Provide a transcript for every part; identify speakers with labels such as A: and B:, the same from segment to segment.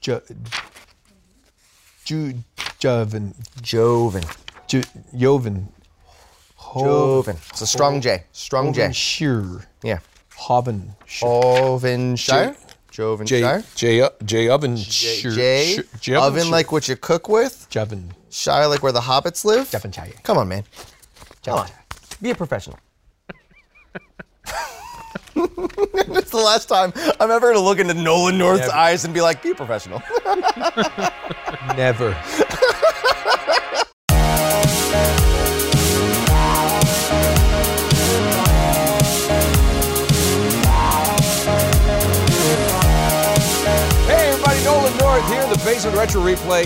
A: Jo- Ju- Joven.
B: Joven.
A: Ju- Joven. Ho-
B: Joven. It's a strong J. Strong J.
A: Hovenshire.
B: Yeah.
A: Hoven.
B: Ovenshire.
C: J
B: Jovenshire.
C: J J oven
B: J.
C: sure,
B: J.
C: sure, J
B: Oven like what you cook with.
A: Joven.
B: Shire like where the hobbits live.
A: Devonshire.
B: Come on, man. Come on.
A: Devonshire.
B: Be a professional. it's the last time I'm ever going to look into Nolan North's
A: Never.
B: eyes and be like, be a professional.
A: Never.
C: Hey everybody, Nolan North here, the Basement Retro Replay,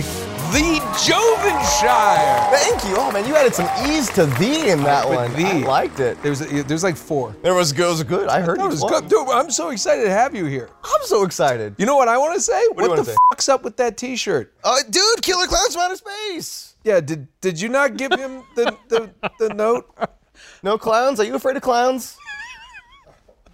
C: the Jovenshire.
B: Thank you. Oh, man, you added some ease to thee in that
C: But
B: one.
C: the-
B: I liked it.
C: There's there's like four.
B: There was, it was good. I heard
C: That
B: you.
C: was
B: Well,
C: good, dude. I'm so excited to have you here.
B: I'm so excited.
C: You know what I want to say? What,
B: you wanna
C: the
B: say?
C: fuck's up with that T-shirt?
B: Uh, dude, Killer Clowns from Outer Space.
C: Yeah, did did you not give him the the, the note?
B: No clowns? Are you afraid of clowns?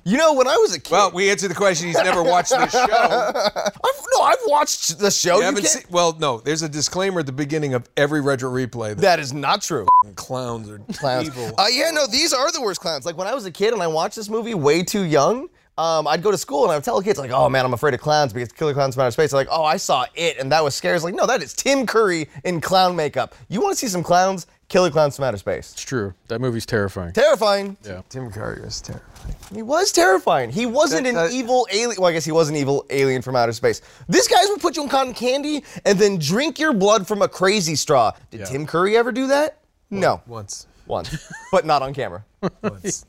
B: You know, when I was a kid,
C: Well, we answered the question. He's never watched the show.
B: I've, no, I've watched the show.
C: Oh, You
B: You
C: haven't
B: can't-
C: seen. Well, no. There's a disclaimer at the beginning of every retro replay. That
B: that is not true.
C: clowns are
B: Clowns.
C: evil.
B: Uh, yeah, no, these are the worst clowns. Like when I was a kid and I watched this movie way too young. Um, I'd go to school and I would tell kids like, "Oh man, I'm afraid of clowns because Killer Clowns from Outer Space." They're like, "Oh, I saw it and that was scary." It's like, no, that is Tim Curry in clown makeup. You want to see some clowns? Killer Clowns from Outer Space.
D: It's true. That movie's terrifying.
B: Terrifying.
A: Tim Curry was terrible.
B: He was terrifying. He wasn't an
C: That- that-
B: evil alien. Well, I guess he was an evil alien from outer space. These guys would put you on cotton candy and then drink your blood from a crazy straw. Did
C: Yeah.
B: Tim Curry ever do that? no.
C: Once,
B: Once. but not on camera.
C: once,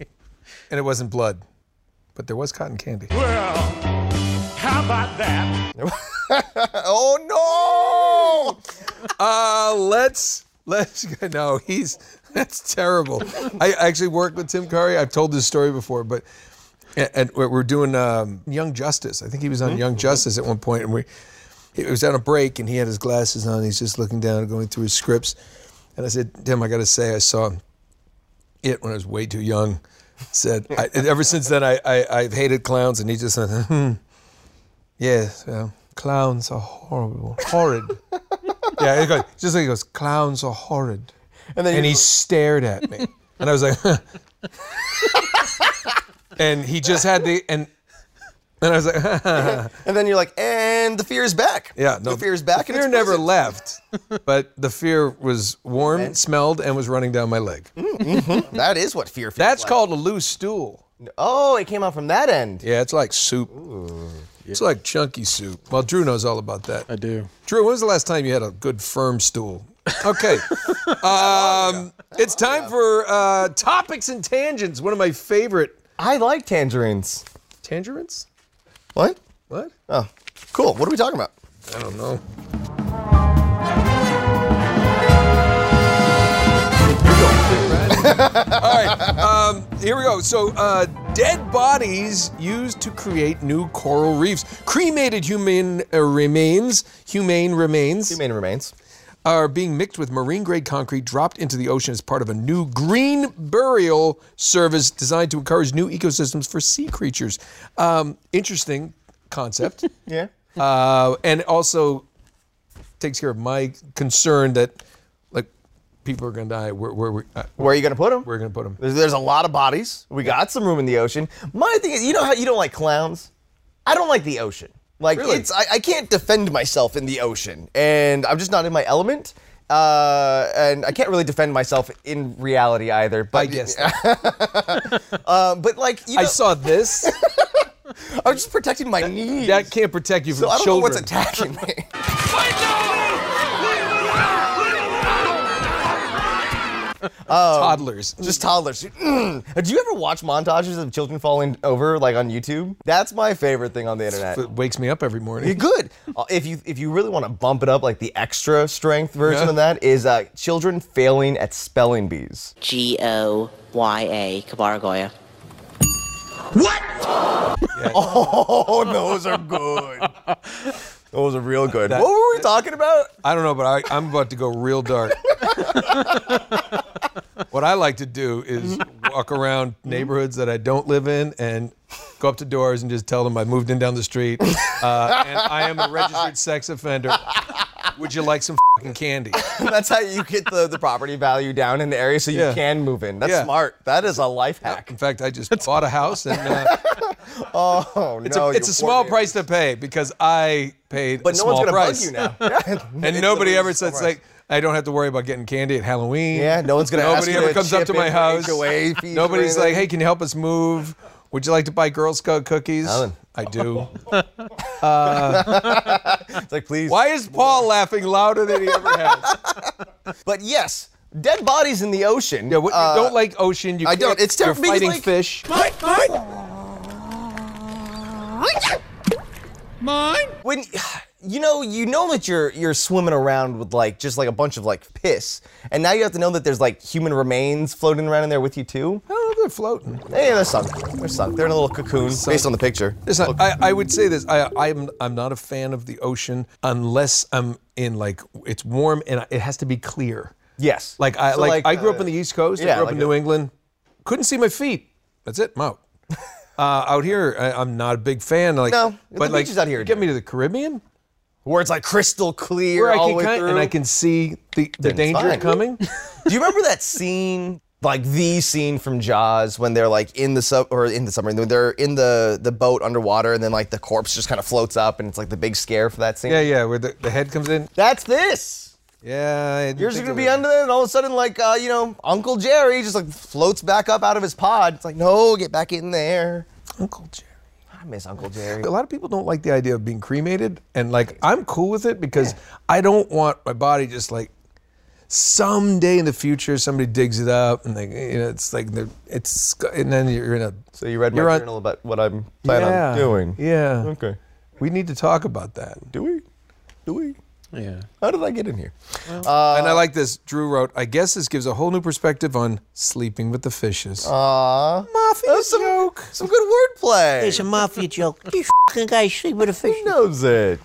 C: and it wasn't blood, but there was cotton candy.
B: oh no!
C: Uh, let's let's no, he's that's terrible. I actually worked with Tim Curry. I've told this story before, but and, and we're we're doing um, Young Justice. I think he was on Young Justice at one point, and we it was on a break, and he had his glasses on. He's just looking down, and going through his scripts, and I said, "Tim, I got to say, I saw it when I was way too young." Said I, and ever since then, I, I I've hated clowns, and he just said, "Hmm, yes, well, clowns are horrible, horrid." Yeah, it goes, just like he goes, clowns are horrid.
B: And then
C: And
B: you-
C: he stared at me. And I was like, huh. and he just had the, and, and I was like,
B: and then you're like, and the fear is back.
C: yeah, no.
B: The fear is back.
C: The
B: and
C: fear
B: it's
C: never
B: present.
C: left, but the fear was warm, smelled, and was running down my leg.
B: Mm-hmm. That is what fear feels.
C: That's
B: like.
C: called a loose stool.
B: Oh, it came out from that end.
C: Yeah, it's like soup. It's like chunky soup. Well, Drew knows all about that.
D: I do.
C: Drew, when was the last time you had a good firm stool? Okay. Um, it's time for uh, topics and tangents. One of my favorite
B: I like tangerines.
C: tangerines.
B: What?
C: What?
B: Oh, cool. What are we talking about?
C: I don't know. All right, um, here we go. So, uh, dead bodies used to create new coral reefs. Cremated human uh, remains, humane remains,
B: Humane remains.
C: are being mixed with marine grade concrete dropped into the ocean as part of a new green burial service designed to encourage new ecosystems for sea creatures. Um, interesting concept.
B: Yeah.
C: uh, and also takes care of my concern that, like, people are going to die. Where, where, we- uh,
B: Where are you gonna put them?
C: where are going to put them?
B: There's, there's a lot of bodies. We got some room in the ocean. My thing is, you know how you don't like clowns? I don't like the ocean. Like
C: Really?
B: it's, I, I can't defend myself in the ocean, and I'm just not in my element. Uh, and I can't really defend myself in reality either. But
C: I guess.
B: uh, but like you know,
C: I saw this.
B: I'm just protecting my knees.
C: That can't protect you from
B: so I don't know
C: children.
B: what's attacking me.
C: toddlers.
B: Just toddlers. Mm. Do you ever watch montages of children falling over like on YouTube? That's my favorite thing on the internet.
C: It wakes me up every morning.
B: You're good. Uh, if you if you really want to bump it up, like the extra strength version
C: Yeah.
B: of that is uh, children failing at spelling bees.
D: G O Y A, Kabara Goya.
B: Oh, those are good. Those are real good. what were we talking about?
C: I don't know, but I, I'm about to go real dark. what I like to do is walk around neighborhoods that I don't live in and go up to doors and just tell them I moved in down the street uh, and I am a registered sex offender. Would you like some fucking candy?
B: That's how you get the, the property value down in the area so you
C: Yeah.
B: can move in. That's
C: Yeah.
B: smart. That is a life hack.
C: In fact, I just bought a house and uh,
B: Oh
C: it's,
B: no,
C: a, it's
B: you
C: a
B: poor
C: small
B: man.
C: price to pay because I paid
B: But
C: a
B: no
C: small
B: one's gonna
C: price.
B: bug you now.
C: And nobody ever
B: says
C: says like I don't have to worry about getting candy at Halloween.
B: Yeah, no one's gonna ask
C: Nobody
B: you
C: ever
B: to
C: comes up
B: chip
C: to my
B: in for
C: house.
B: HOA fees or
C: Nobody's like,
B: anything.
C: hey, can you help us move? Would you like to buy Girl Scout cookies?
B: Alan.
C: I do.
B: It's like please.
C: Why is Paul laughing louder than he ever has?
B: But yes, dead bodies in the ocean.
C: Yeah, what, you
B: Uh,
C: don't like ocean. You
B: I don't.
C: can't-
B: It's terrible
C: You're
B: because,
C: fighting
B: like-
C: fish.
B: when you know you know that you're you're swimming around with like just like a bunch of like piss, and now you have to know that there's like human remains floating around in there with you too.
C: I don't know. They're floating.
B: Hey, they're sunk. They're sunk. They're in a little cocoon based on the picture.
C: It's not- I, I would say this. I, I'm I'm not a fan of the ocean unless I'm in like it's warm and it has to be clear.
B: Yes.
C: Like I
B: So,
C: like, I grew up
B: uh,
C: on the East Coast.
B: yeah,
C: I grew up
B: like uh,
C: in
B: a-
C: New England. Couldn't see my feet. That's it. I'm out. uh, out here, I, I'm not a big fan. Like,
B: No,
C: but
B: the
C: like,
B: beaches out here are
C: get me to the Caribbean
B: where it's like crystal clear
C: where I
B: all
C: can
B: the way
C: kind
B: through.
C: and I can see the, the
B: Then it's
C: danger
B: fine.
C: coming.
B: Do you remember that scene? Like the scene from Jaws when they're like in the sub or in the submarine when they're in the the boat underwater and then like the corpse just kind of floats up and it's like the big scare for that scene.
C: yeah, yeah, where the, the head comes in.
B: That's this.
C: Yeah, I didn't
B: Yours are
C: think
B: gonna
C: of
B: be
C: it.
B: under there, and all of a sudden, like uh, you know, Uncle Jerry just like floats back up out of his pod. It's like, no, get back in there.
C: Uncle Jerry.
B: I miss Uncle Jerry.
C: A lot of people don't like the idea of being cremated, and like I'm cool with it because I don't want my body just like someday in the future somebody digs it up and they you know it's like they're, it's and then you're in a
B: So you read my
C: you're on-
B: journal about what I'm planning on doing.
C: Yeah.
B: Okay.
C: We need to talk about that.
B: Do we? Do we?
E: Yeah.
B: How did I get in here? Uh,
C: and I like this. Drew wrote, I guess this gives a whole new perspective on sleeping with the fishes.
B: Aw,
C: Mafia joke.
B: some good wordplay.
E: It's a mafia joke. You fucking guys sleep with a fish.
B: knows it.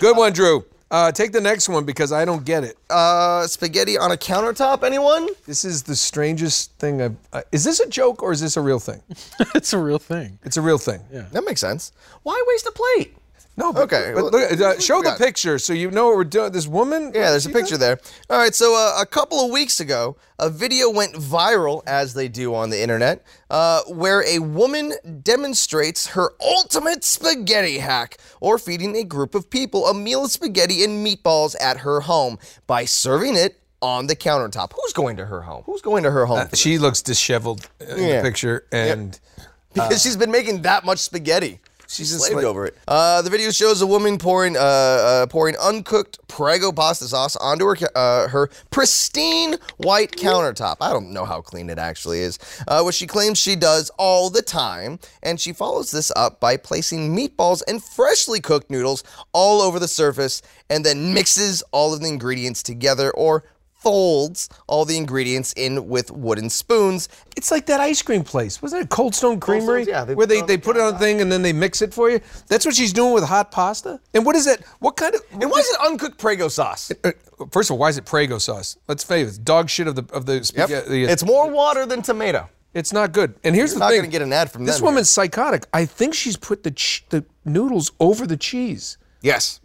C: Good one, Drew. Uh, take the next one because I don't get it.
B: Uh, spaghetti on a countertop. Anyone?
C: This is the strangest thing I've. Uh, is this a joke or is this a real thing?
E: it's a real thing.
C: It's a real thing. Yeah.
B: That makes sense. Why waste a plate?
C: No, but,
B: Okay,
C: But
B: well,
C: look, uh,
B: what
C: show
B: we
C: the
B: got?
C: picture so you know what we're doing. This woman.
B: Yeah, there's a picture there. All right, so uh, a couple of weeks ago, a video went viral, as they do on the internet, uh, where a woman demonstrates her ultimate spaghetti hack or feeding a group of people a meal of spaghetti and meatballs at her home by serving it on the countertop. Who's going to her home? Who's going to her home? for this?
C: Uh, She looks disheveled uh, in the
B: Yeah.
C: picture, and
B: because she's been making that much spaghetti.
C: she's just
B: Uh. slaved
C: like,
B: over it. Uh, the video shows a woman pouring uh, uh, pouring uncooked Prego pasta sauce onto her ca- uh, her pristine white countertop. I don't know how clean it actually is, uh, which she claims she does all the time. And she follows this up by placing meatballs and freshly cooked noodles all over the surface, and then mixes all of the ingredients together or folds all the ingredients in with wooden spoons.
C: It's like that ice cream place. Wasn't it Cold Stone Creamery?
B: Stone's, yeah, they
C: Where
B: put it
C: they,
B: on
C: they
B: the
C: put it on a thing and then they mix it for you. That's what she's doing with hot pasta. And what is that? What kind of.
B: And why is it uncooked Prego sauce?
C: Uh, First of all, why is it Prego sauce? Let's face it, it's dog shit of the of the
B: Yep.
C: spaghetti.
B: It's more water than tomato.
C: it's not good. And here's the
B: not
C: thing:
B: gonna get an ad from
C: this
B: them,
C: woman's psychotic. I think she's put the ch- the noodles over the cheese. Oh,
B: Yes.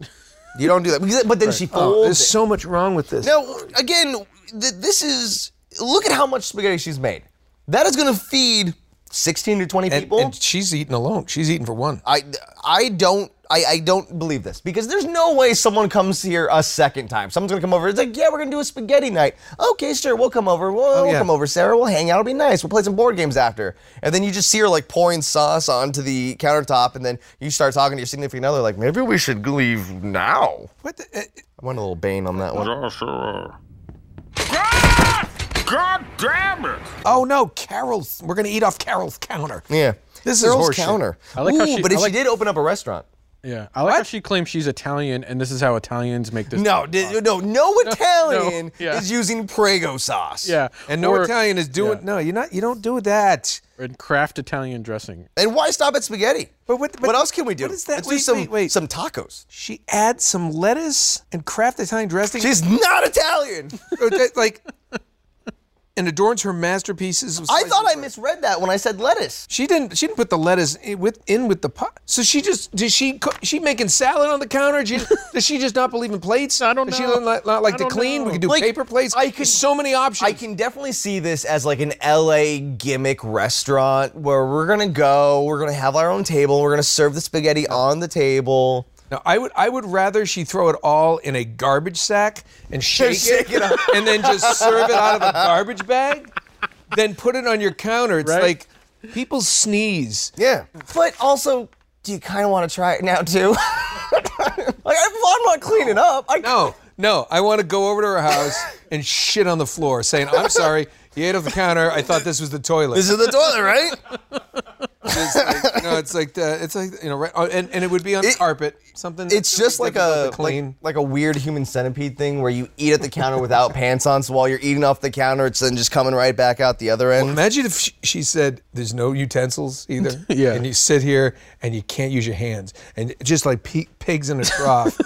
B: You don't do that. Because- But then she
C: There's
B: folds.
C: so much wrong with this.
B: it. now, again, th- this is. Look at how much spaghetti she's made. That is going to feed 16 to 20
C: and,
B: people.
C: and she's eating alone. She's eating for one.
B: I, I don't. I, I don't believe this because there's no way someone comes here a second time. Someone's gonna come over. It's like, yeah, we're gonna do a spaghetti night. Okay, sure, we'll come over. We'll, we'll
C: yeah.
B: come over, Sarah. We'll hang out. It'll be nice. We'll play some board games after. And then you just see her like pouring sauce onto the countertop, and then you start talking to your significant other like, maybe we should leave now.
C: What the, uh,
B: I went a little Bane on that one.
F: Joshua. God damn it!
C: Oh no, Carol's. We're gonna eat off Carol's counter.
B: Yeah.
C: This is
B: Carol's
C: horseshit.
B: counter.
G: I like
B: Ooh,
G: how she-
B: but if
G: I like-
B: she did open up a restaurant.
G: Yeah, I like how she claims she's Italian, and this is how Italians make this.
B: No, di- no, no Italian
G: yeah.
B: is using Prego sauce.
G: Yeah,
C: And no
G: or-
C: Italian is doing.
G: yeah.
C: No, you're not. You don't do that.
G: and craft Italian dressing.
B: And why stop at spaghetti?
C: But what- but
B: else can we do?
C: what is that?
B: Let's do
C: Wait,
B: some,
C: wait, wait.
B: some tacos.
C: She adds some lettuce and craft Italian dressing.
B: She's not Italian.
C: Or that, like, and adorns her masterpieces. With
B: I
C: slices
B: thought I
C: of-
B: misread that when I said lettuce.
C: She didn't. She didn't put the lettuce in with in with the pot. So she just did. She cook- she making salad on the counter. She, does she just not believe in plates? I
G: don't
C: Does she
G: know.
C: not, not like
G: I
C: to
G: don't
C: clean? We
G: know.
C: could do
B: Like,
C: paper plates.
B: I could-
C: There's so many options.
B: I can definitely see this as like an LA gimmick restaurant where we're gonna go, we're gonna have our own table, we're gonna serve the spaghetti on the table.
C: No, I would I would rather she throw it all in a garbage sack and shake,
B: shake it up.
C: and then just serve it out of a garbage bag than put it on your counter. It's
G: Right.
C: like people sneeze.
B: Yeah. But also, do you kind of want to try it now too? like I'm, I'm not cleaning up. I,
C: No, no, I want to go over to her house and shit on the floor saying, "I'm sorry, you ate off the counter. I thought this was the toilet."
B: This is the toilet, right?
C: It's like, you know, it's like the, it's like you know, right, oh, and, and it would be on the
B: It-
C: carpet. Something.
B: It's just like
C: difficult
B: a
C: to
B: like,
C: clean.
B: like a weird human centipede thing where you eat at the counter without pants on. So while you're eating off the counter, it's then just coming right back out the other end.
C: Imagine if she, she said, "There's no utensils either."
G: Yeah.
C: And you sit here and you can't use your hands, and just like pe- pigs in a trough,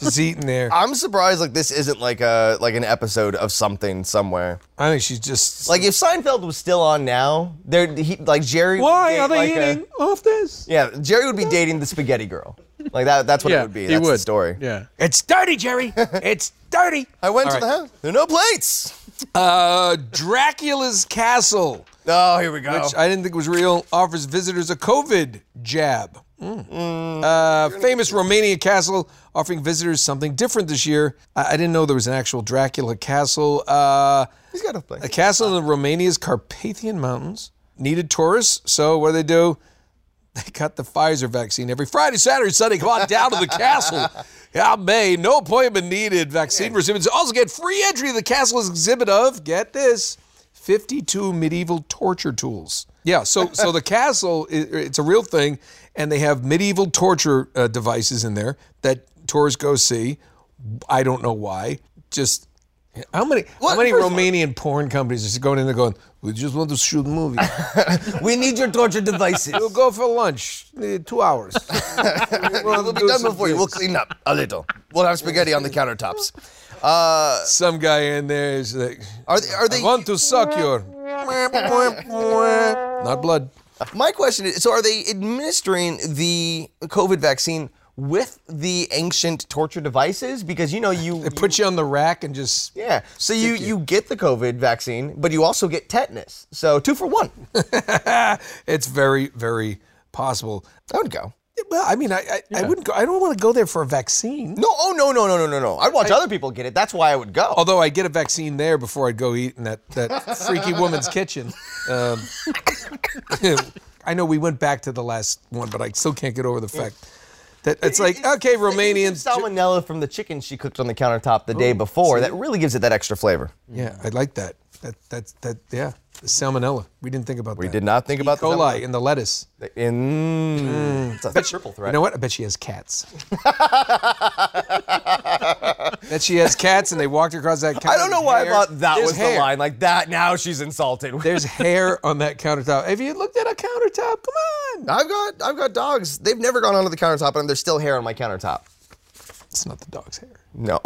C: just eating there.
B: I'm surprised like this isn't like a like an episode of something somewhere.
C: I think she's just
B: Like if Seinfeld was still on now, there he like Jerry. would
C: why
B: date,
C: are they
B: like, a-
C: eating off this?
B: yeah, Jerry would be dating the spaghetti girl. Like that. That's what
G: yeah,
B: it would be.
G: he
B: That's
G: would.
B: the story.
G: Yeah,
C: It's dirty, Jerry. it's dirty.
B: I went
C: All right.
B: to the house. There are no plates.
C: Uh, Dracula's castle,
B: Oh, here we go.
C: which I didn't think was real, offers visitors a COVID jab. Mm. Uh, famous Romanian castle offering visitors something different this year. I, I didn't know there was an actual Dracula castle. Uh,
B: He's got a plate.
C: A castle in Romania's Carpathian Mountains needed tourists, so what do they do? They got the Pfizer vaccine every Friday, Saturday, Sunday. Come on down to the castle. Yeah, May. No appointment needed. Vaccine recipients also get free entry to the castle's exhibit of, get this, 52 medieval torture tools. Yeah, so so the castle, i- it's a real thing, and they have medieval torture uh, devices in there that tourists go see. I don't know why. Just how many how many Romanian porn companies are just going in there going, we just want to shoot a movie.
B: we need your torture devices.
C: we'll go for lunch. eh, two hours.
B: We'll be done before you. We'll clean up a little. We'll have spaghetti on the countertops. Uh,
C: Some guy in there is like
B: are they, are they?
C: I want to suck your not blood.
B: My question is: So, are they administering the COVID vaccine with the ancient torture devices? Because you know you,
C: They put you on the rack and just
B: yeah. So you, you get the COVID vaccine, but you also get tetanus. So two for one. I
C: it's very, very possible.
B: would go.
C: Well, I mean, I I, I wouldn't go I don't want to go there for a vaccine.
B: No, oh no no no no no no! I'd watch other people get it. That's why I would go.
C: Although I get a vaccine there before I'd go eat in that, that freaky woman's kitchen. Um, I know we went back to the last one, but I still can't get over the fact that it's like, okay, Romanians.
B: salmonella from the chicken she cooked on the countertop the day before. That really gives it that extra flavor.
C: Yeah, I like that. That that that yeah. The salmonella. We didn't think about
B: We
C: that.
B: did not think about
C: E.
B: the
C: coli
B: salmonella.
C: in the lettuce.
B: In Mm. it's a triple threat.
C: You know what? I bet she has cats. bet she has cats, and they walked across that. Counter.
B: I don't know why
C: There's
B: I thought that
C: there's
B: was
C: hair.
B: the line. Like that. Now she's insulted.
C: There's hair on that countertop. Have you looked at a countertop? Come on.
B: I've got I've got dogs. They've never gone onto the countertop, and there's still hair on my countertop.
C: It's not the dog's hair.
B: No.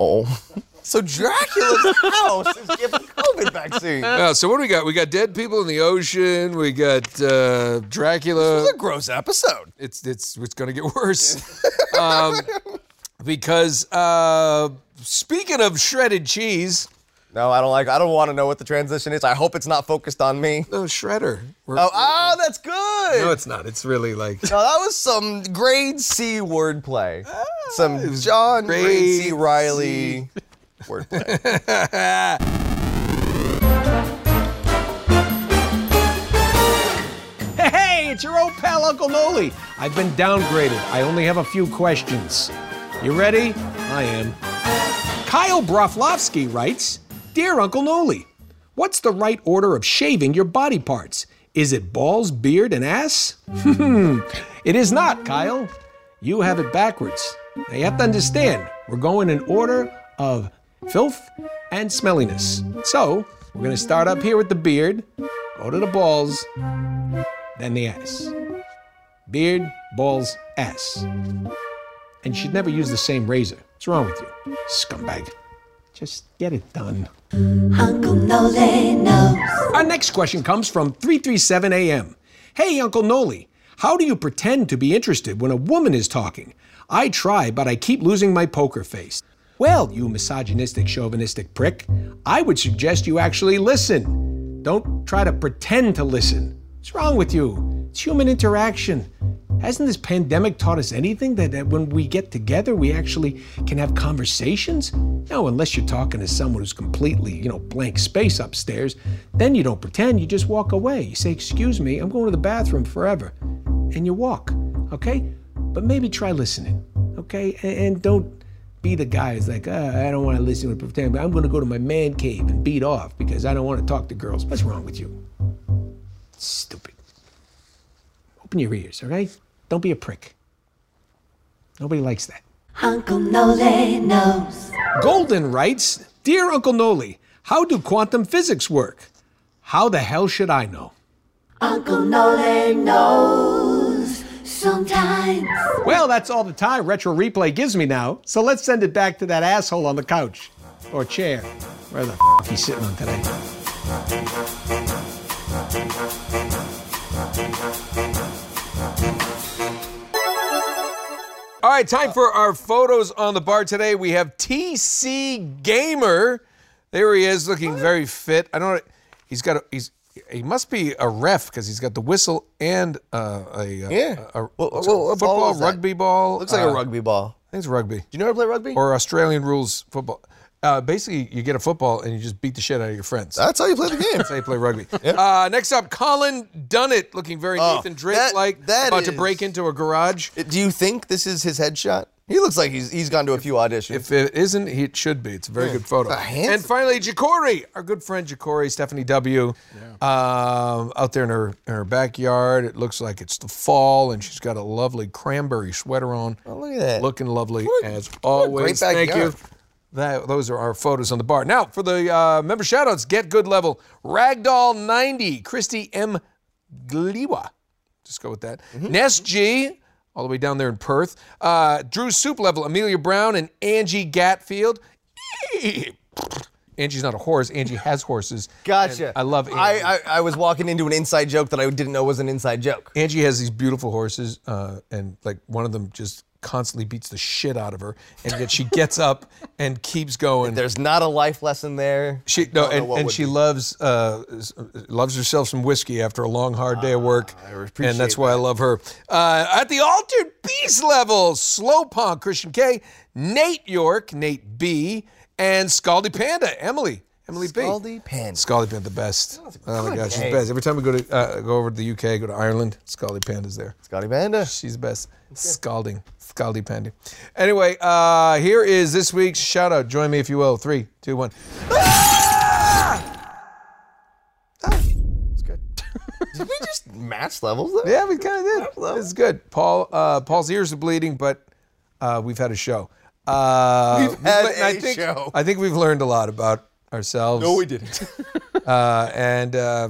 B: So Dracula's house is giving COVID vaccine. This
C: Uh, so what do we got? We got dead people in the ocean. We got uh, Dracula.
B: is a gross episode.
C: it's it's it's going to get worse. um, because uh, speaking of shredded cheese,
B: No, I don't like. I don't want to know what the transition is. I hope it's not focused on me.
C: no shredder. We're-
B: Oh, ah, that's good.
C: no, it's not. It's really like
B: No, that was some grade C wordplay. Some John grade, C
C: Ah, grade
B: Riley wordplay.
H: Hey, it's your old pal Uncle Noli. I've been downgraded. I only have a few questions. You ready? I am. Kyle Broflovsky writes Dear Uncle Noli, What's the right order of shaving your body parts? Is it balls, beard, and ass? it is not, Kyle. You have it backwards. Now you have to understand, we're going in order of filth and smelliness. So, we're going to start up here with the beard, go to the balls, then the ass. Beard, balls, ass. And you should never use the same razor. What's wrong with you? Scumbag. Just get it done.
F: Uncle Noli knows.
H: Our next question comes from 337 AM. Hey, Uncle Noli, how do you pretend to be interested when a woman is talking? I try, but I keep losing my poker face. Well, you misogynistic, chauvinistic prick, I would suggest you actually listen. Don't try to pretend to listen. What's wrong with you? It's human interaction. Hasn't this pandemic taught us anything that, that when we get together, we actually can have conversations? No, unless you're talking to someone who's completely, you know, blank space upstairs, then you don't pretend, you just walk away. You say, Excuse me, I'm going to the bathroom forever. And you walk, okay? But maybe try listening, okay? And, and don't be the guy who's like, "Ah, I don't want to listen to pretend, but I'm going to go to my man cave and beat off because I don't want to talk to girls. What's wrong with you? Stupid. Open your ears, all right? Don't be a prick. Nobody likes that.
F: Uncle Noli knows.
H: Golden writes Dear Uncle Noli, how do quantum physics work? How the hell should I know?
F: Uncle Noli knows. Sometimes.
H: Well, that's all the time Retro Replay gives me now, so let's send it back to that asshole on the couch or chair, where the f he's sitting on today.
C: All right,
B: Uh,
C: time for our photos on the bar today. We have TC Gamer. There he is, looking very fit. I don't. know. He's got. A, he's. He must be a ref because he's got the whistle and uh, a, uh,
B: Yeah.
C: a, a-
B: What-
C: what's
B: what-
C: it-
B: what ball
C: football,
B: is that?
C: rugby ball.
B: Looks like a
C: uh,
B: rugby ball.
C: I think it's rugby
B: Do you know how to play rugby?
C: or Australian rules football. Uh, basically, you get a football and you just beat the shit out of your friends.
B: That's how you play the game.
C: That's how you play rugby. Uh, next up, Colin Dunnett, looking very
B: Oh,
C: Nathan Drake like,
B: that- that
C: about to
B: is-
C: break into a garage.
B: Do you think this is his headshot? He looks like he's he's gone to a few auditions.
C: If it isn't, he- it should be. It's a very good photo.
B: handsome-
C: And finally, Jacory, our good friend Jacory, Stephanie W. Um, out there in her in her backyard. It looks like it's the fall, and she's got a lovely cranberry sweater on.
B: oh, look at that.
C: Looking lovely
B: What a-
C: as
B: what a
C: always.
B: great
C: Thank you.
B: backyard.
C: That, those are our photos on the bar. Now for the uh, member shout outs, get good level. Ragdoll 90, Christy M. Gliwa. Just go with that.
B: Mm-hmm.
C: Ness G, all the way down there in Perth. Uh, Drew Soup level, Amelia Brown and Angie Gatfield. Angie's not a horse. Angie has horses.
B: Gotcha.
C: And I love Angie.
B: I, I I was walking into an inside joke that I didn't know was an inside joke.
C: Angie has these beautiful horses, uh, and like one of them just constantly beats the shit out of her, and yet she gets up and keeps going.
B: There's not a life lesson there.
C: She no,
B: don't know
C: and,
B: what
C: and
B: would
C: she
B: be.
C: loves uh, s- loves herself some whiskey after a long, hard day of work,
B: Ah,
C: and that's why I love her. Uh, at the altered beast level, Slowpunk Christian K, Nate York, Nate B, and Scaldy Panda, Emily, Emily B.
B: Scaldy Panda.
C: Scaldy Panda, the best. Oh my gosh, she's the best. Every time we go to uh, go over to the UK, go to Ireland, Scaldy Panda's there.
B: Scotty Banda.
C: She's the best. Scalding, scaldy pandy. Anyway, uh, here is this week's shout out. Join me if you will. Three, two, one.
B: That's good. Did we just match levels? Though?
C: Yeah, we kind of did. It's good. Paul, uh, Paul's ears are bleeding, but uh, we've had a show. Uh, we've
B: had
C: le- and I
B: a
C: think,
B: show.
C: I think we've learned a lot about ourselves. No, we didn't. uh, and uh,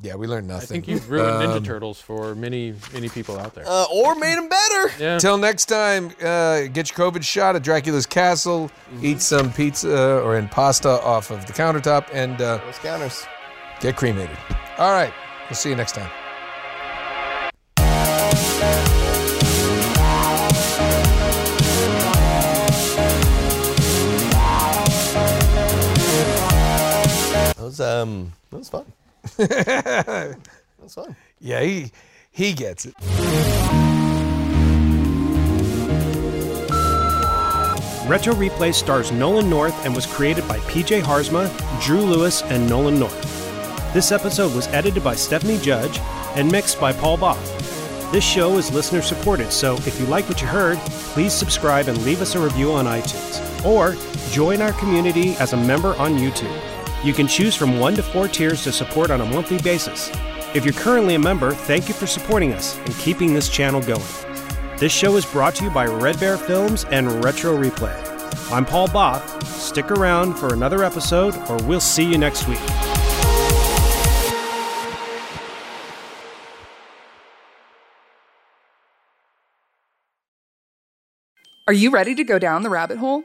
C: yeah, we learned
G: I think
C: nothing.
G: you've ruined Ninja Turtles for many, many people out there.
B: Uh, or made him better.
C: Until next time, uh, get your COVID shot at Dracula's Castle,
G: Mm-hmm.
C: eat some pizza or impasta off of the countertop, and. Uh,
B: Those counters.
C: Get cremated. All right. We'll see you next time.
B: That was um. That was fun. that was fun.
C: Yeah, he he gets it.
I: Retro Replay stars Nolan North and was created by PJ Harsma, Drew Lewis, and Nolan North. This episode was edited by Stephanie Judge and mixed by Paul Boff. This show is listener supported, so if you like what you heard, please subscribe and leave us a review on iTunes. Or join our community as a member on YouTube. You can choose from one to four tiers to support on a monthly basis. If you're currently a member, thank you for supporting us and keeping this channel going. This show is brought to you by Red Bear Films and Retro Replay. I'm Paul Boff. Stick around for another episode, or we'll see you next week.
J: Are you ready to go down the rabbit hole?